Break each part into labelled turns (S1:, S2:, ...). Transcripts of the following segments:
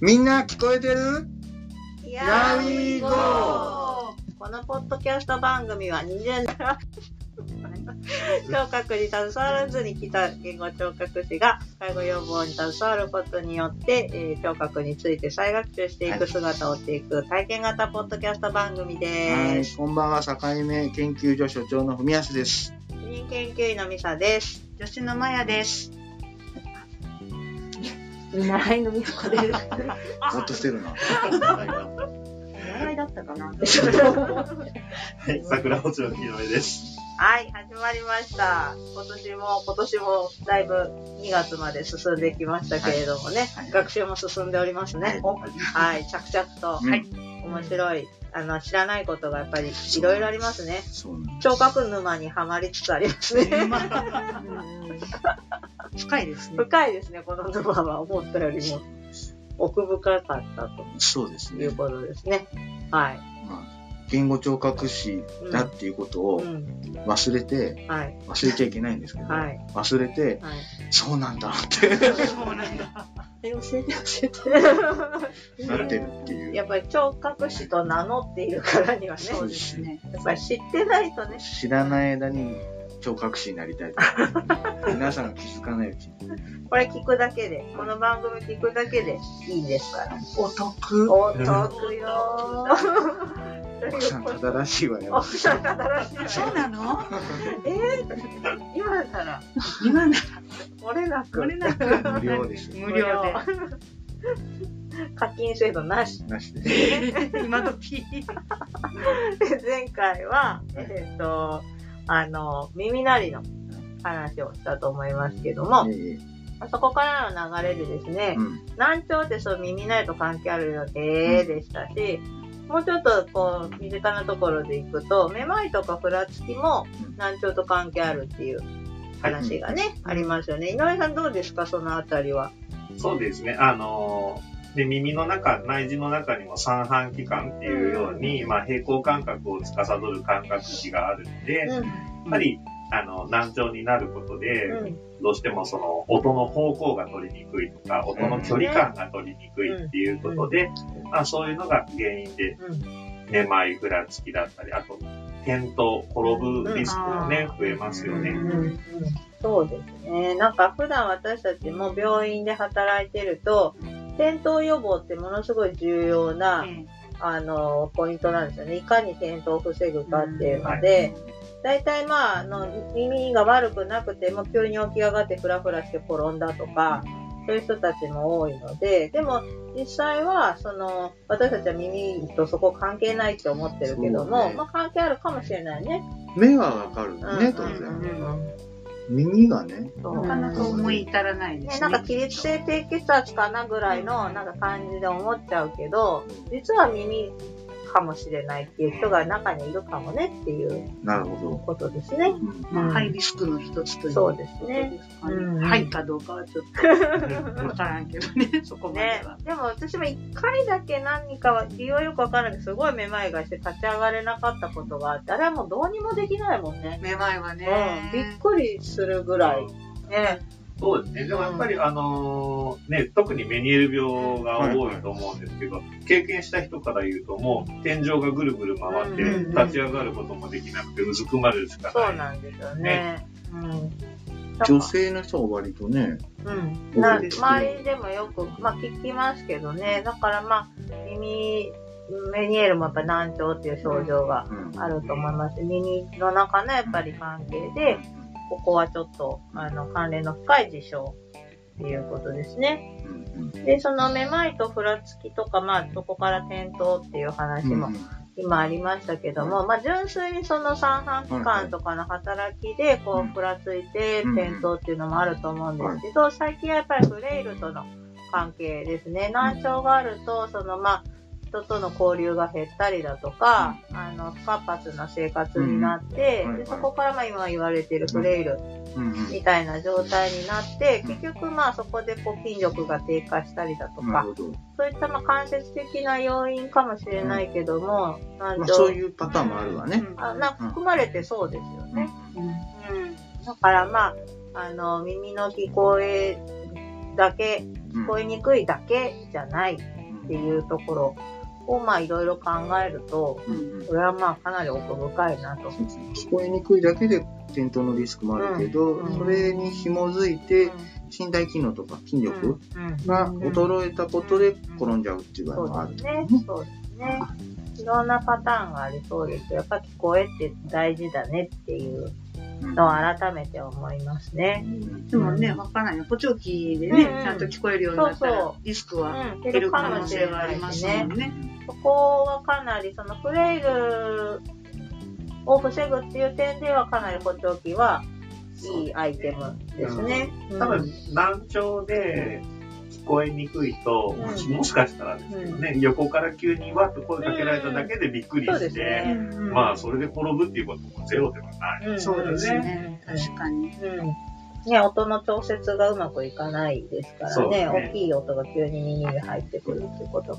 S1: みんな聞こえてる
S2: やー
S1: Here we go
S2: このポッドキャスト番組は20年聴覚に携わらずに来た言語聴覚士が介護予防に携わることによって、えー聴覚について再学習していく姿を追っていく体験型ポッドキャスト番組
S1: は
S2: で
S1: い、
S2: す。
S1: こんばんは、境目研究所所長の文康です。
S2: 主任研究員のミサです。
S3: 女子のマヤです。
S4: 見習いの美穂子です。
S1: ざっとしてるな。
S4: 見習いだったか な。
S3: はい、桜落ちの木の絵です。
S2: はい、始まりました。今年も、今年もだいぶ2月まで進んできましたけれどもね、
S1: はいはい
S2: 学習も進んでおりますね。はい、着々と、
S1: はい
S2: 面白い、あの、知らないことがやっぱりいろいろありますね。
S1: そうなん
S2: 聴覚沼にはまりつつありますね。
S3: 深いですね。
S2: 深いですね、この沼は思ったよりも奥深かった
S1: そうです
S2: とい
S1: ね
S2: う。ことですね。はい。
S1: まあ、言語聴覚士だっていうことを
S2: うん。
S1: 忘れて、
S2: はい。
S1: 忘れちゃいけないんですけど、
S2: はい。
S1: 忘れて、
S2: はい。
S1: そうなんだって
S3: そうなんだ。
S4: え教えて教えて。
S1: なってるっていう。
S2: やっぱり聴覚士と名乗っているからにはね、
S1: そうです
S3: ね。
S2: やっぱり知ってないとね、
S1: 知らない間に聴覚士になりたいと。皆さんが気づかないうちに。
S2: これ聞くだけで、この番組聞くだけでいいですから。
S3: お得。
S2: お得よー。とい
S1: 奥さん
S2: うこと
S1: 正しいわよ。
S2: 奥さん正しいわよ。
S3: そうなの
S2: えー、今なら、
S3: 今な
S2: 漏れなく。
S3: これなく
S1: 無料です
S3: 無料で。
S2: 課金制度なし。
S1: なしで。
S3: 今時。
S2: で前回は、えっ、と、あの、耳鳴りの話をしたと思いますけども、
S1: え
S2: そこからの流れでですね
S1: え、うん
S2: 難聴ってそう耳鳴りと関係あるよねでしたし、もうちょっとこう身近なところでいくとめまいとかふらつきも
S1: うん
S2: 難聴と関係あるっていう話がね、ありますよね井上さんどうですかそのあたりは
S5: そうですね。あのーで、耳の中、内耳の中にも三半規管っていうように、まあ、平行感覚を司る感覚器があるので、やっぱり、あの、難聴になることで、
S2: う
S5: どうしてもその、音の方向が取りにくいとか、音の距離感が取りにくいっていうことで、まあ、そういうのが原因で、
S2: ん
S5: めまい、ふらつきだったり、あと、転倒、転ぶリスクもね、増えますよね。
S2: うんうんそうですねなんか普段私たちも病院で働いてると転倒予防ってものすごい重要な、あのポイントなんですよねいかに転倒を防ぐかっていうので、 大体まあ、あの、耳が悪くなくても急に起き上がってフラフラして転んだとか、そういう人たちも多いので、でも実際は、その、私たちは耳とそこ関係ないって思ってるけど
S1: そう
S2: も、
S1: ね
S2: まあ関係あるかもしれないね。
S1: 目はわかる
S2: うん
S1: ね、当
S2: うん
S1: 然。
S2: うん
S1: 耳がね、
S2: そう
S3: なかなか思い至らないで
S2: ね、
S3: す
S2: なんか
S3: ね。
S2: 起立性低血圧かなぐらいのなんか感じで思っちゃうけど、実は耳かもしれないっていう人が中にいるかもねっていう
S1: なるほ
S2: ことですね。
S1: ど。うん
S3: まあハイリスクの一つという
S2: そ
S3: こ
S2: う
S3: と
S2: で
S3: です
S2: ね
S3: すかね
S2: うん
S3: はいかどうかはちょっとわからんけどね、そこまで
S2: ね
S3: は。、
S2: でも私も一回だけ何かは理由はよくわからないけどすごいめまいがして立ち上がれなかったことがあってあれはもうどうにもできないもんね、
S3: めまいは
S2: うん、
S3: ね。
S2: びっくりするぐらいね
S5: そうですね。でもやっぱり、あのーね、特にメニエル病が多いと思うんですけど、経験した人から言うと、もう天井がぐるぐる回って、
S2: うん
S5: 立ち上がることもできなくて、うずくまるしか
S2: そう
S5: ない。
S2: なんですよねうんだから
S1: 女性の人は割とね、
S2: うん、な
S1: 多いですね
S2: 周りでもよく、まあ、聞きますけどねだからまあ耳メニエルもやっぱ難聴っていう症状が
S1: うん
S2: あると思います耳の中のやっぱり関係で、ここはちょっと、あの、関連の深い事象っていうことですね。
S1: うんうん
S2: で、そのめまいとふらつきとか、まあ、そこから転倒っていう話も今ありましたけども、まあ、純粋にその三半規管とかの働きで、
S1: はい
S2: こ
S1: は
S2: う、
S1: い
S2: ふらついて
S1: うん
S2: 転倒っていうのもあると思うんですけど、最近はやっぱりフレイルとの関係ですね。難聴があると、その、まあ、人との交流が減ったりだとか、あの、不活発な生活になって、
S1: うんはいは
S2: で
S1: い
S2: そこからまあ今言われているフレイル
S1: うんうん
S2: みたいな状態になって、
S1: うん
S2: 結局まあそこでこう筋力が低下したりだと
S1: な
S2: か、
S1: るほど。
S2: そういったまあ間接的な要因かもしれないけども、なん
S1: まあ
S2: と、
S1: そういうパターンもあるわね。
S2: あなんか含まれてそうですよね。
S3: うん
S2: うん。だからまあ、あの、耳の聞こえだけ
S1: うん
S2: 聞こえにくいだけじゃないっていうところをまあいろいろ考えると、
S1: うんうん
S2: これはまあかなり奥深いなと。
S1: 聞こえにくいだけで転倒のリスクもあるけど、
S2: うん
S1: それに紐づいて身体機能とか筋力が衰えたことで転んじゃうっていう場合も
S2: そ
S1: あ
S2: う
S1: る
S2: ですね。そうですね。いろんなパターンがありそうですけど、やっぱ聞こえって大事だねっていうのを改めて思いますね。
S3: でもね、わからない。補聴器でね、
S2: うん
S3: ちゃんと聞こえるようになった
S2: そう
S3: ら
S2: そ、
S3: リスクは
S2: うん、
S3: 減る可能性はありますもんね。
S2: そこはかなり、そのフレイルを防ぐっていう点では、かなり補聴器はいいアイテムですね。うん
S5: ただ、難聴で聞こえにくいと、
S2: うん
S5: もしもしかしたらですけどね、横から急にわっと声かけられただけでびっくり
S2: そう
S5: し
S2: です
S5: て、
S2: ね。
S3: うん
S5: まあ、それで転ぶっていうこともゼロではない。
S2: うん
S3: そうですね。
S2: うん
S3: 確かに。
S2: うん。ね、音の調節がうまくいかないですから
S5: そう
S2: ね、
S5: ですね
S2: 大きい音が急に耳に入ってくるっていうこと。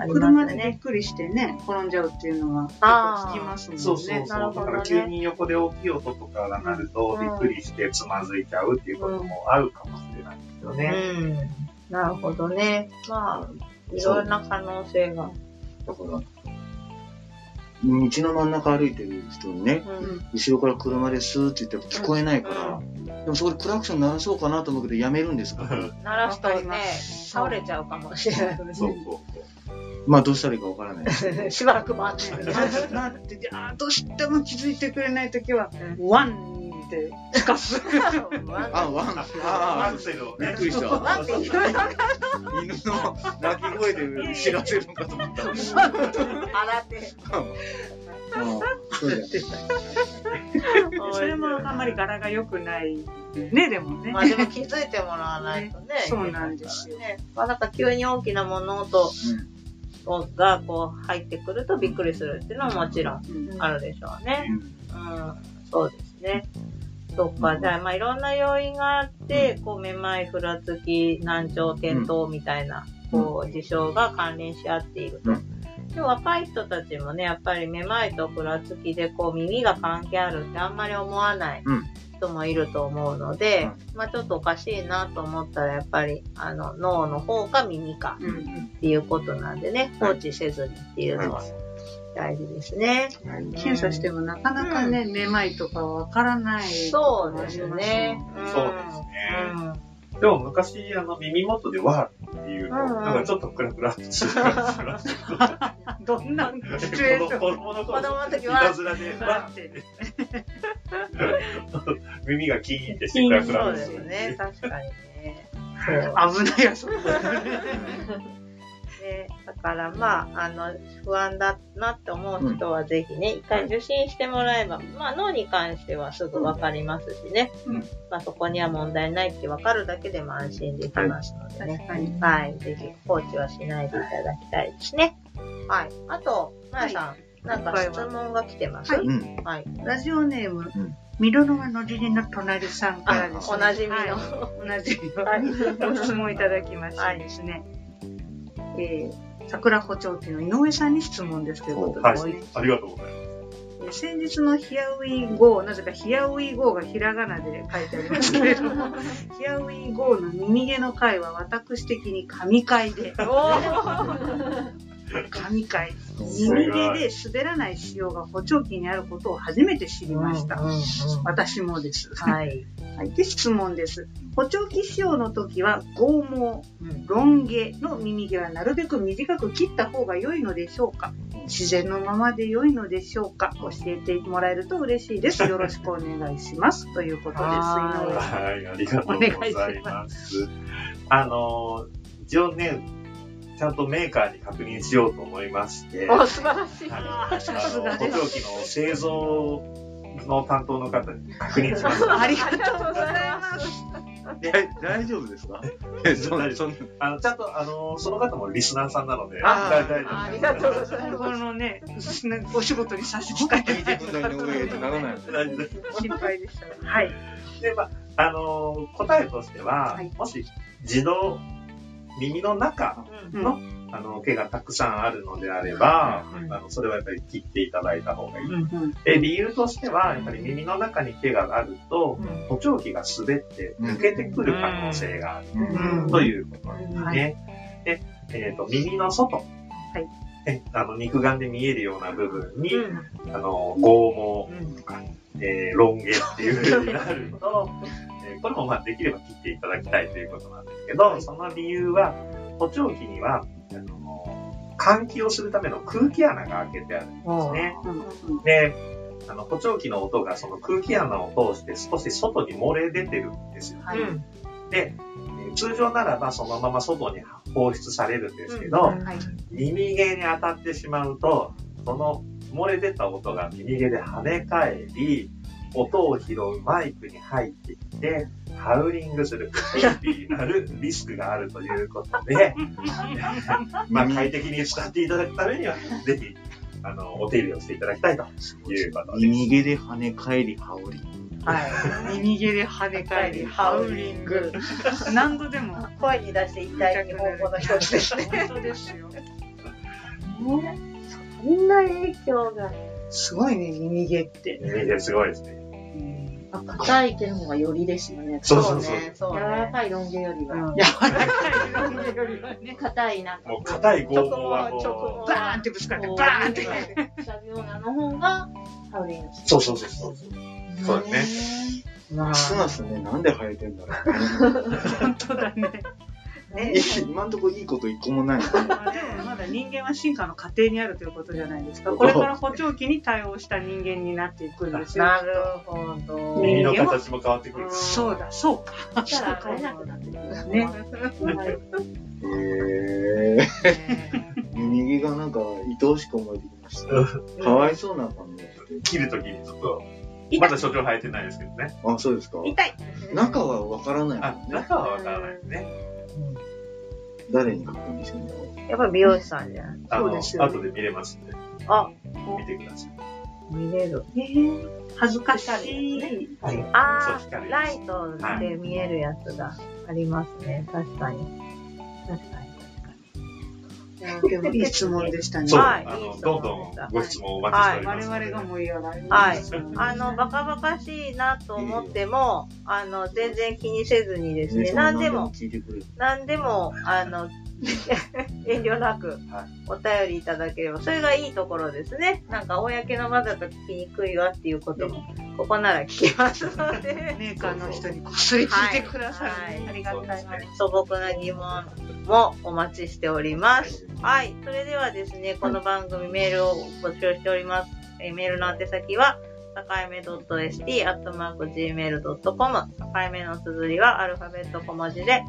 S2: ありますね
S3: 車でびっくりしてね、転んじゃうっていうのは、結構聞きますもんね。
S5: そうそうそう。
S2: なるほ
S5: だ
S2: どね
S5: から急に横で大きい音とかが鳴ると、びっくりしてつまずいちゃうっていうこともあるかもしれないですよ
S2: う
S5: ね。
S2: ん。なるほどね。まあ、いろんな可能性が。
S1: だから、道の真ん中歩いてる人にね、
S2: うん。
S1: 後ろから車でスーって言って聞こえないから、でもそこでクラクション鳴らそうかなと思うけど、やめるんですから。
S2: 鳴らすと
S3: わかり
S2: ね
S3: ま、
S2: 倒れちゃうかもしれない。
S5: そうそうそう。
S1: まあ、どうしたらいいかわからないですけど。
S2: しばらく待って。
S3: なってて、あーどうしても気づいてくれないときは、ワンって吹かす。
S1: あ、ワン、
S5: ア
S1: あ
S5: クセルを
S1: ー、びっ
S5: ね
S1: く。りした。
S2: ワンって言う
S1: 犬の鳴き声で知らせるのかと思った。
S2: 洗って。
S1: うんそうだよね
S3: それもあんまり柄が良くない。ね、でもね
S2: ま。あでも気づいてもらわないとね。
S3: そうなんですよ。
S2: ね。まあなんか急に大きな物音がこう入ってくるとびっくりするっていうのももちろんあるでしょうね。うん、そうですね。そっか、じゃあ、まあ、いろんな要因があって、こう、めまい、ふらつき、難聴、転倒みたいな、こう、事象が関連し合っていると
S1: う。
S2: でも若い人たちもね、やっぱりめまいとふらつきで、こう、耳が関係あるってあんまり思わない
S1: うん
S2: 人もいると思うので、まあ、ちょっとおかしいなと思ったら、やっぱり、あの、脳の方か耳か
S3: う
S1: うん
S3: ん。
S2: っていうことなんでね、放置せずにっていうのは大事ですね。
S1: うんはい
S3: 検査してもなかなかね、めまいとかわからない。
S2: そうですね。ん
S5: そうですね。でも昔、あの、耳元でわーっていうの
S2: うんう
S5: を、
S2: ん
S5: なんかちょっとクラクラってする感じがします。
S3: どんなシチュエー
S5: 子
S3: ション
S5: 供の
S2: 子供
S5: 頃、
S2: の時
S5: い
S2: は
S5: た、ずらでわ
S3: だって
S5: ー耳がキーンってしてクラク
S2: そ
S5: ラ
S2: う
S5: っ
S2: で
S5: て
S2: す
S5: する。
S2: ね、確かにね。
S3: 危ないやつ。
S2: でだからまあ、あの、不安だなって思う人はぜひね、一回受診してもらえば、まあ脳に関してはすぐわかりますしね、
S1: うん
S2: まあそこには問題ないってわかるだけでも安心できますのでね。
S3: 確かに。
S2: はい、ぜひ放置はしないでいただきたいですね。はい。あと、まやさん、なんか質問が来てます。
S3: はい
S1: うん。
S2: はい。
S3: ラジオネーム
S1: うん、
S3: ミロノワのリリの隣さんからです、ね。
S2: おなじみの。
S3: はいおなじみの
S2: はい
S3: ご質問いただきましてですね。えー桜補聴器の井上さんに質問ですということで、
S5: はい。ありがとうございます。
S3: えー先日のヒアウィーゴー、なぜかヒアウィーゴーがひらがなで書いてありますけれど も、ヒアウィーゴーの耳毛の回は私的に神回 で、神回。耳毛で滑らない仕様が補聴器にあることを初めて知りました。
S2: うんうんうん
S3: 私もです。
S2: はい。
S3: はい、で質問です。補聴器使用の時は剛毛、
S2: うん
S3: ロン毛の耳毛はなるべく短く切った方が良いのでしょうか自然のままで良いのでしょうか教えてもらえると嬉しいです。よろしくお願いします。ということです。
S2: は
S3: 井上さん
S5: はい、ありがとうございます。あの、一応ね、ちゃんとメーカーに確認しようと思いまして、
S2: お、素晴らしい。
S5: はい、
S3: さ
S5: あ
S3: す
S5: の
S3: が
S5: 補
S3: です
S5: 聴器の製造の担当の方に確認し ました。
S3: ありがとうございます。
S1: え大丈夫ですかえそんそんな。
S5: あのちゃんとあのその方もリスナーさんなので、
S1: あー
S5: 大丈夫です
S2: ありがとうござい
S3: このね、お仕事に差し支えてない
S1: 問題の上へとならない。
S5: 大丈夫です
S3: 心配でした。はい。
S5: で、まあ、あの答えとしては、
S3: はい
S5: もし自動耳の中
S2: うん
S3: うん。
S5: のあの、毛がたくさんあるのであれば、あの、それはやっぱり切っていただいた方がいい。で、理由としては、やっぱり耳の中に毛があると、補聴器が滑って抜けてくる可能性がある、ということですね。で、えっ、と、耳の外。はいえあの、肉眼で見えるような部分に、あの、剛毛とか、えー、ロン毛っていう風になる と、えーこれもまあできれば切っていただきたいということなんですけど、その理由は、補聴器には、あの、換気をするための空気穴が開けてあるんですね。で、あの、補聴器の音がその空気穴を通して少し外に漏れ出てるんですよ。
S3: はい
S5: で、えー通常ならばそのまま外に放出されるんですけど、
S3: はい
S5: 耳毛に当たってしまうと、その漏れ出た音が耳毛で跳ね返り、音を拾うマイクに入ってきて、ハウリングする、 ピーピーになるリスクがあるということ で、まあ快適に使っていただくためには、ぜひ、あの、お手入れをしていただきたいということです。
S1: 耳毛で跳ね返り羽織。
S3: はい。右毛で跳ね返り、ハウリング。何度でも。
S2: 声に出して一体日本語の一つですね。
S3: 本当ですよ。
S2: そんな影響が。
S3: すごいね、右毛って。
S5: 耳毛すごいですね。
S4: あ硬い毛の方がよりですよね。
S5: そうそうそう。。
S2: そう
S4: 柔ら
S2: ね。
S4: かいロン毛よりは。
S2: うん
S3: 柔らかい右毛よりはね。
S4: 硬いなんか
S5: もう硬い剛毛は
S4: 直毛
S5: こう
S4: 直毛、
S3: バーンってぶつかって、
S4: こう
S3: バーンって。
S4: シャビオーナの方がハウリング
S5: そうそうそうそう。そうですね。
S2: まあ、
S1: ますますね、なんで生えてんだろう。
S3: 本当だね。ね
S1: 今んとこいいこと一個もない。
S3: まあでもまだ人間は進化の過程にあるということじゃないですか。これから補聴器に対応した人間になっていくんですよ。
S2: なるほど。
S5: 耳の形も変わってくる。
S3: そうだ、そうか。
S4: そしたら買えなくなってくる。
S3: ね。
S4: はい
S1: へえ。耳毛がなんか愛おしく思えてきました。かわいそうな感じがして。
S5: 切るときにちょっと、まだ所長生えてないですけどね。
S1: あ、そうですか。
S3: 痛い。
S1: 中はわからない
S5: あ
S1: も、んね。
S5: 中はわからないですね。
S1: 誰に確認してもらおう。
S2: やっぱ美容師さんじゃん。
S5: あ
S3: そう
S5: の、
S3: ですよね
S5: 後で見れますんで、
S2: あ、
S5: 見てください。
S2: 見れる。
S3: えー恥ずかしい。
S2: あ
S5: そう
S2: あ
S5: 光、るや
S2: ラ
S5: つ
S2: イトで見えるやつがありますね。確かに。確かに。
S3: でもいい質問でしたね。
S5: そう、
S3: は
S2: は
S5: あ
S2: いいい
S5: の、
S2: 質
S5: ど
S2: 問
S5: んど
S2: で
S5: ん
S2: した
S5: ご質問をお待ちしてお
S3: い
S5: り
S3: 我
S5: ますので。
S3: 々がもうやられ
S2: はい
S3: ます
S2: あの、バカバカしいなと思っても、あの、全然気にせずにですね、
S1: そんな
S2: 何でも、
S1: 聞いてくれる。
S2: 何でも、あの、 遠慮なく
S5: はい
S2: お便りいただければ、それがいいところですね。なんか、公の場だと聞きにくいわっていうことも、ここなら聞きますので。
S3: メーカーの人にこっそり 聞いてくださいね。
S2: は
S3: ありがたいな。
S2: 素朴な疑問もお待ちしております。はい。それではですね、この番組メールを募集しております。えーメールの宛先は、さかいめ .st.gmail.com。さかいめの綴りはアルファベット小文字で、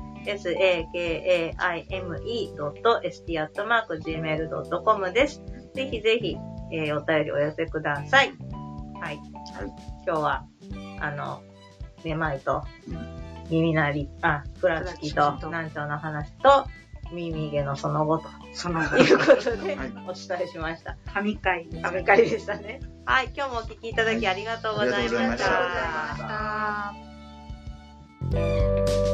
S2: sakaime.st.gmail.com です。ぜひぜひ、えーお便りお寄せください。はい。今日は、あの、めまいと、耳鳴り、あ、ふらつき
S3: ふら
S2: と
S3: つき、と
S2: 難聴の話と、耳毛のその後
S3: その
S2: ということで
S1: はい、
S2: お伝えしました。
S3: 神回で
S2: 神回でしたね。はい、今日もお聞きいただきありがとうございま
S1: はいありがとうございま
S2: し
S1: した
S2: た。
S3: した。